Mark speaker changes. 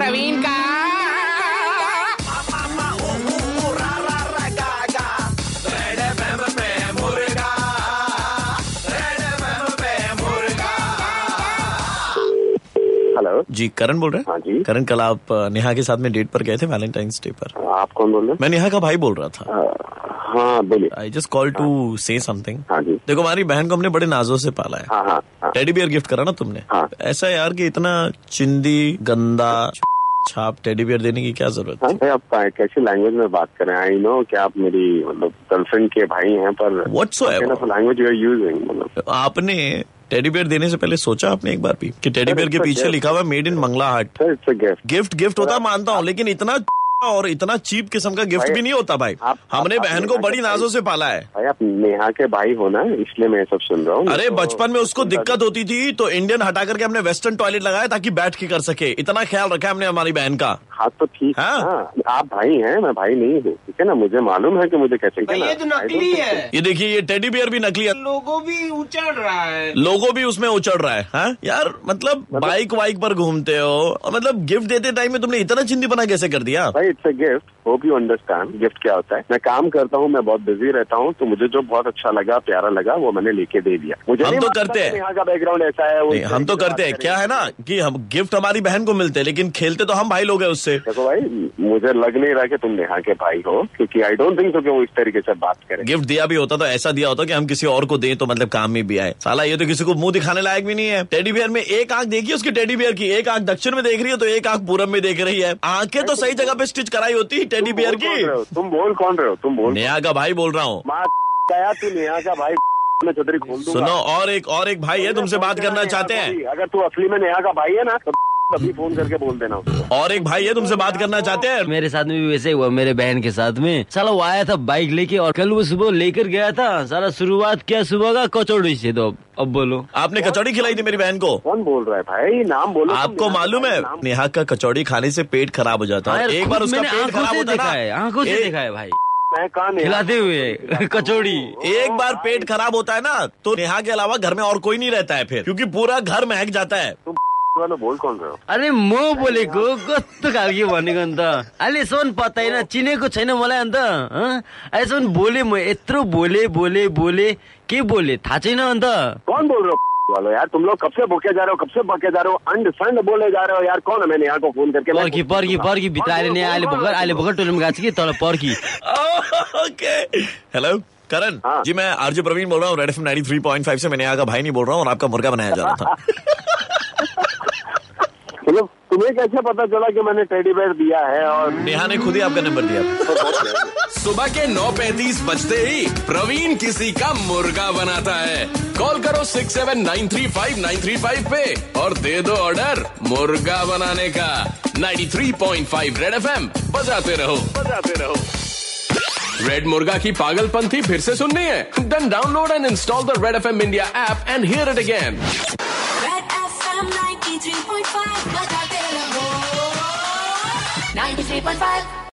Speaker 1: नवीन का
Speaker 2: हेलो
Speaker 3: जी करण बोल रहे हैं
Speaker 2: हाँ जी।
Speaker 3: करण कल आप अ, नेहा के साथ में डेट पर गए थे वैलेंटाइंस डे पर
Speaker 2: आप कौन बोल रहे
Speaker 3: मैं नेहा का भाई बोल रहा था
Speaker 2: हैं हाँ बोलिए
Speaker 3: I just call to say something
Speaker 2: हाँ जी
Speaker 3: देखो हमारी बहन को हमने बड़े नाजों से पाला है
Speaker 2: हाँ हाँ हाँ
Speaker 3: टेडी बियर गिफ्ट करा ना तुमने
Speaker 2: हाँ।
Speaker 3: ऐसा यार कि इतना चिंदी गंदा छाप टेडी बियर देने की क्या जरूरत
Speaker 2: हाँ
Speaker 3: थी
Speaker 2: भाई आप कैसी लैंग्वेज में बात कर रहे हैं आई नो कि आप मेरी मतलब गर्लफ्रेंड के भाई हैं पर
Speaker 3: Whatsoever.
Speaker 2: Language you are using मतलब
Speaker 3: आपने टेडी बियर देने से पहले सोचा आपने एक बार भी कि टेडी
Speaker 2: Sir,
Speaker 3: बियर के
Speaker 2: it's a
Speaker 3: पीछे
Speaker 2: gift.
Speaker 3: लिखा हुआ made in Mangla Haat
Speaker 2: sir it's a gift
Speaker 3: gift gift होता मानता हूँ लेकिन इतना और इतना चीप किस्म का गिफ्ट
Speaker 2: भाई,
Speaker 3: भी नहीं होता भाई
Speaker 2: आप-
Speaker 3: हमने
Speaker 2: आप-
Speaker 3: बहन को
Speaker 2: आप-
Speaker 3: बड़ी नाजों से पाला है
Speaker 2: भाई आप नेहा के भाई हो ना इसलिए मैं ये सब सुन रहा हूँ
Speaker 3: अरे
Speaker 2: तो-
Speaker 3: बचपन में उसको दिक्कत होती थी तो इंडियन हटा करके हमने वेस्टर्न टॉयलेट लगाया ताकि बैठ के कर सके इतना ख्याल रखा हमने हमारी बहन का
Speaker 2: हाँ तो ठीक है
Speaker 3: हाँ।
Speaker 2: ना। आप भाई हैं मैं भाई नहीं हूँ ठीक है ना मुझे मालूम है कि मुझे कैसे ठीक
Speaker 1: भाई
Speaker 2: है ना?
Speaker 1: ये तो
Speaker 2: I don't
Speaker 1: नकली
Speaker 2: think
Speaker 1: है
Speaker 3: ये देखिए ये टेडी बियर भी नकली है
Speaker 1: लोगो भी उचड़ रहा है
Speaker 3: लोगो भी उसमें उचड़ रहा है हाँ? यार मतलब बाइक वाइक पर घूमते हो और मतलब गिफ्ट देते टाइम में तुमने इतना चिंदी बना कैसे कर दिया
Speaker 2: भाई it's a gift hope you understand gift क्या होता है मैं काम करता हूँ मैं बहुत बिजी रहता हूँ तो मुझे जो बहुत अच्छा लगा प्यारा लगा वो मैंने लेके दे दिया मुझे
Speaker 3: हम
Speaker 2: नहीं
Speaker 3: तो
Speaker 2: मालूम
Speaker 3: करते
Speaker 2: कि
Speaker 3: हैं।
Speaker 2: यहाँ का बैकग्राउंड ऐसा है वो
Speaker 3: नहीं,
Speaker 2: इस
Speaker 3: हम
Speaker 2: तरह
Speaker 3: तो
Speaker 2: की बात
Speaker 3: करते हैं
Speaker 2: करेंगे।
Speaker 3: क्या है ना कि हम गिफ्ट हमारी बहन को मिलते हैं लेकिन खेलते तो हम भाई लोग हैं उससे
Speaker 2: देखो भाई मुझे लग नहीं रहा कि तुम नेहा के भाई हो क्योंकि आई डोंट थिंक सो कि वो इस तरीके से बात करें
Speaker 3: गिफ्ट दिया भी होता तो ऐसा दिया होता कि हम किसी और को दें तो मतलब काम में भी आए साला ये तो किसी को मुंह दिखाने लायक भी नहीं है टेडी बियर में एक आंख देखिए उसकी टेडी बियर की एक आंख दक्षिण में देख रही है तो एक आंख पूरब में देख रही है आंखें तो सही जगह पे स्टिच कराई होती टेडी
Speaker 2: तुम
Speaker 3: बियर
Speaker 2: बोल कौन रहे हो?
Speaker 3: की
Speaker 2: तुम बोल कौन रहे हो तुम बोल
Speaker 3: नेहा का भाई बोल रहा हूँ
Speaker 2: माँ गया तू नेहा का भाई मैं छतरी खोल दूंगा
Speaker 3: सुनो और एक और एक भाई है तुमसे बात करना चाहते हैं
Speaker 2: अगर तू असली में नेहा का भाई है ना तो तभी फोन करके बोल देना उसको
Speaker 3: और एक भाई है तुमसे बात करना चाहते हैं
Speaker 4: मेरे साथ में भी वैसे ही हुआ मेरे बहन के साथ में साला वो आया था बाइक लेके और कल वो सुबह लेकर गया था साला शुरुआत किया सुबह का कचौड़ी से तो अब अब बोलो
Speaker 3: आपने कचौड़ी खिलाई थी मेरी बहन को
Speaker 2: कौन बोल रहा है भाई नाम बोलो तुम
Speaker 3: आपको
Speaker 2: नेहा का
Speaker 3: मालूम
Speaker 2: भाई,
Speaker 3: है
Speaker 2: नाम
Speaker 3: नेहा का कचौड़ी खाने से पेट खराब हो जाता
Speaker 4: हाँ
Speaker 3: है
Speaker 4: यार,
Speaker 3: एक
Speaker 4: खुद
Speaker 3: बार उसका पेट
Speaker 4: मैंने आंखों
Speaker 3: खराब
Speaker 4: से
Speaker 3: होता
Speaker 4: देखा
Speaker 3: ना
Speaker 4: है आंखों से
Speaker 3: एक-
Speaker 4: देखा है भाई
Speaker 2: मैं कहा नेहा
Speaker 4: खिलाते
Speaker 2: को
Speaker 4: हुए कचौड़ी
Speaker 3: एक बार पेट खराब होता है ना तो नेहा के अलावा घर में और कोई नहीं रहता है फिर क्योंकि पूरा घर महक जाता है
Speaker 2: तुम वाला बोल कौन रहे हो
Speaker 4: अरे म बोलेको कस्तो खालको भनेको अन्त अहिलेसम्म पत्ता होइन चिनेको छैन मलाई अन्त हँ? अहिलेसम्म बोले म यत्रो बोले बोले बोले के बोले थाहा छैन अन्त
Speaker 2: कौन बोल रहे हो वालो यार तुम लोग कब से भूखे जा रहे हो कब से भूखे जा रहे हो अंड संड बोले जा रहे हो यार कौन है मैंने यहाँ को फोन करके मैं-
Speaker 4: पर्खी पर्खी पर्खी भित्र
Speaker 2: कौन
Speaker 4: अहिले
Speaker 2: बोल-
Speaker 4: नै अहिले
Speaker 2: कौन
Speaker 4: भर्खर
Speaker 2: बोल-
Speaker 4: अहिले भर्खर टोइलेटमा गएको छु कि तल पर्खी
Speaker 3: ओके हेलो करण
Speaker 2: हाँ।
Speaker 3: जी मैं आरजे प्रवीण बोल रहा हूँ रेड एफ 93.5 से मैं नेहा का भाई नहीं बोल रहा हूँ और आपका मुर्गा बनाया जा रहा था
Speaker 2: मतलब तुम्हें कैसे पता चला कि मैंने टेडी बेयर दिया है और
Speaker 3: नेहा ने खुद ही आपका नंबर दिया
Speaker 5: सुबह के 9:35 बजते ही प्रवीण किसी का मुर्गा बनाता है कॉल करो 6793593 पे और दे दो ऑर्डर मुर्गा बनाने का 93.5 रेड एफएम बजाते रहो बजाते रहो रेड मुर्गा की पागलपंथी फिर से सुननी है then download and install the Red FM India app and hear it again
Speaker 6: Red FM 93.5 बजाते रहो 93.5